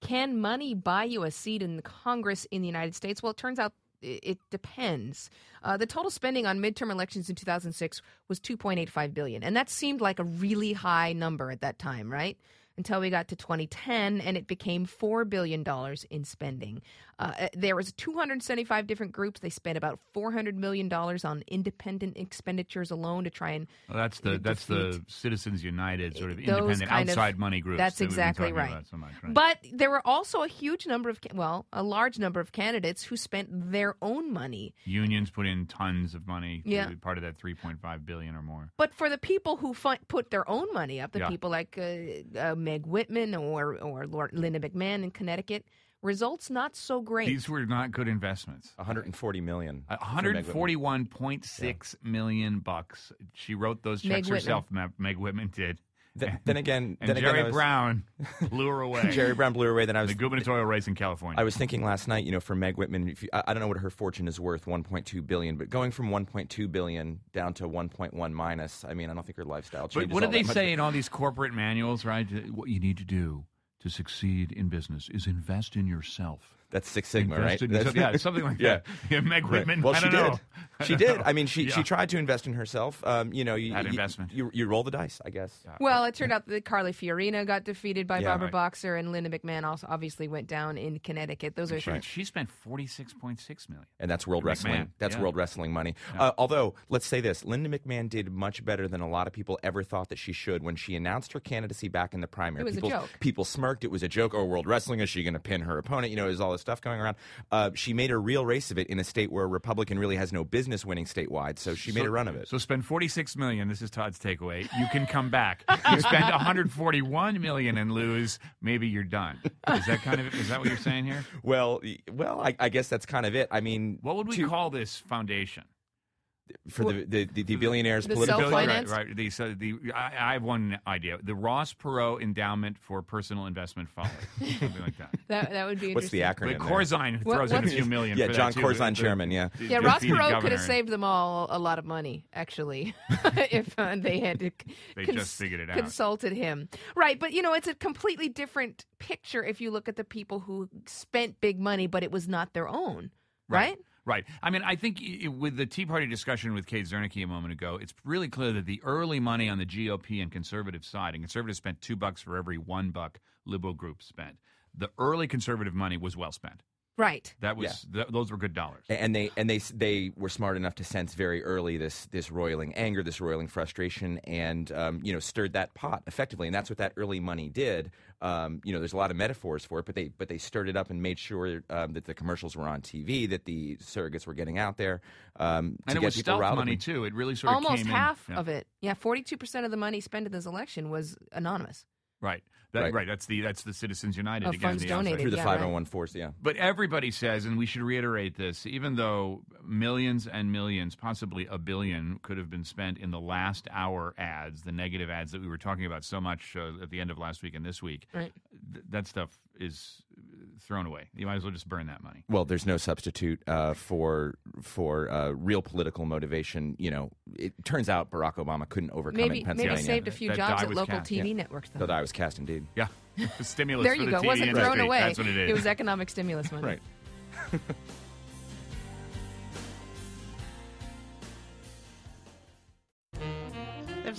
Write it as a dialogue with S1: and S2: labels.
S1: Can money buy you a seat in Congress in the United States? Well, it turns out i- it depends. Uh, the total spending on midterm elections in 2006 was 2.85 billion, and that seemed like a really high number at that time, right? Until we got to 2010, and it became four billion dollars in spending. Uh, there was 275 different groups. They spent about 400 million dollars on independent expenditures alone to try and
S2: Well, that's the
S1: uh,
S2: that's
S1: defeat.
S2: the Citizens United sort of
S1: Those
S2: independent
S1: kind of-
S2: outside money groups.
S1: That's
S2: that we've been
S1: exactly
S2: talking
S1: right.
S2: about so much, right?
S1: But there were also a huge number of, ca- well, a large number of candidates who spent their own money.
S2: unions put in tons of money. to
S1: Yeah.
S2: be part of that 3.5 billion or more.
S1: But for the people who fi- put their own money up, the
S2: Yeah.
S1: people like uh, uh, Meg Whitman or or Lord, Linda McMahon in Connecticut, results not so great.
S2: These were not good investments.
S3: 140 million.
S2: Uh,
S3: for Meg Whitman.
S2: 141.6 million bucks. She wrote those
S1: Meg
S2: checks
S1: Whitman.
S2: herself. Ma- Meg Whitman did.
S3: Th- then again,
S2: And
S3: then again,
S2: Jerry
S3: I was-
S2: Brown blew her away.
S3: Jerry Brown blew her away. Then I was
S2: the gubernatorial race in California.
S3: I was thinking last night, you know, for Meg Whitman, if you, I, I don't know what her fortune is worth, 1.2 billion, but going from 1.2 billion down to 1.1 minus, I mean, I don't think her lifestyle
S2: but
S3: changes.
S2: what do
S3: all
S2: they
S3: that much.
S2: say in all these corporate manuals, right? What you need to do to succeed in business is invest in yourself.
S3: That's Six Sigma, right?
S2: Invest in
S3: That's-
S2: yourself. Yeah, something like
S3: Yeah.
S2: that. Yeah, Meg
S3: Right.
S2: Whitman.
S3: Well,
S2: I
S3: she
S2: don't
S3: did.
S2: know. I
S3: She
S2: don't
S3: did.
S2: know.
S3: I mean, she,
S2: Yeah.
S3: she tried to invest in herself. Um, you know, you,
S2: That
S3: you-
S2: investment.
S3: You, you roll the dice, I guess.
S1: well, it turned out that Carly Fiorina got defeated by
S3: Yeah,
S1: Barbara
S2: right.
S1: Boxer, and Linda McMahon also obviously went down in Connecticut. Those are
S2: She, she spent 46.6 million.
S3: And that's world
S2: McMahon,
S3: wrestling. That's
S2: yeah.
S3: world wrestling money. Uh, although, let's say this: Linda McMahon did much better than a lot of people ever thought that she should when she announced her candidacy back in the primary.
S1: It was a
S3: people,
S1: joke.
S3: people smirked. It was a joke. Oh, world wrestling is she going to pin her opponent? You know, is all this stuff going around? Uh, she made a real race of it in a state where a Republican really has no business winning statewide. So she made a run of it.
S2: So spend 46 million. This is Todd's takeaway. You can come back. You spend 141 million and lose, maybe you're done. Is that kind of is that what you're saying here?
S3: well, y- well, I, I guess that's kind of it. I mean,
S2: What would we
S3: to-
S2: call this foundation?
S3: for the the, the, the billionaires
S1: The
S3: political?
S1: self-
S2: Billion- right,
S1: Finance?
S2: right. The, so the, I, I have one idea. The Ross Perot Endowment for Personal Investment Folly, something like that.
S1: that that would be
S3: What's the
S1: interesting.
S3: acronym?
S2: But
S3: there?
S2: Corzine
S1: What-
S2: throws in a
S1: what's-
S2: few million.
S3: Yeah,
S2: for
S3: John
S2: that, too.
S3: Corzine,
S2: The-
S3: chairman, yeah.
S2: the
S1: Yeah, Ross
S2: defeated
S1: Perot could
S2: governor.
S1: have saved them all a lot of money, actually, if uh, they had to c-
S2: They just figured it out.
S1: consulted him. Right, but you know, it's a completely different picture if you look at the people who spent big money, but it was not their own, right?
S2: Right. I mean, I think i- i- with the Tea Party discussion with Kate Zernicke a moment ago, it's really clear that the early money on the GOP and conservative side, and conservatives spent two bucks for every one buck liberal groups spent. The early conservative money was well spent.
S1: Right.
S2: That was th- those were good dollars.
S3: and they and they they were smart enough to sense very early this this roiling anger, this roiling frustration, and um, you know stirred that pot effectively, and that's what that early money did. Um, you know, there's a lot of metaphors for it, but they but they stirred it up and made sure um, that the commercials were on TV, that the surrogates were getting out there, um, to
S2: And it
S3: get
S2: was
S3: people
S2: stealth
S3: riled.
S2: money too. It really sort of
S1: Almost
S2: came
S1: half
S2: in.
S1: of it. Yeah, 42% of the money spent in this election was anonymous.
S2: Right. That,
S3: Right.
S2: right. That's the that's the Citizens United
S1: Of
S2: again.
S1: funds
S2: the outside.
S1: donated.
S3: through the
S1: Yeah, right.
S3: five hundred one force. Yeah,
S2: But everybody says, and we should reiterate this, even though millions and millions, possibly a billion, could have been spent in the last hour ads, the negative ads that we were talking about so much uh, at the end of last week and this week,
S1: Right.
S2: th- that stuff is thrown away. You might as well just burn that money.
S3: well, there's no substitute uh, for for uh, real political motivation. You know, it turns out Barack Obama couldn't overcome it
S1: Maybe
S3: in
S1: maybe
S3: Pennsylvania.
S1: saved a few
S2: That
S1: jobs
S2: die
S1: at
S2: was
S1: local
S2: cast,
S1: TV networks though.
S3: so that was cast indeed.
S2: Yeah. Stimulus
S1: there
S2: for
S1: you
S2: the
S1: go.
S2: TV
S1: Wasn't
S2: industry.
S1: thrown away.
S2: That's what it is.
S1: was economic stimulus money.
S3: Right.
S4: There's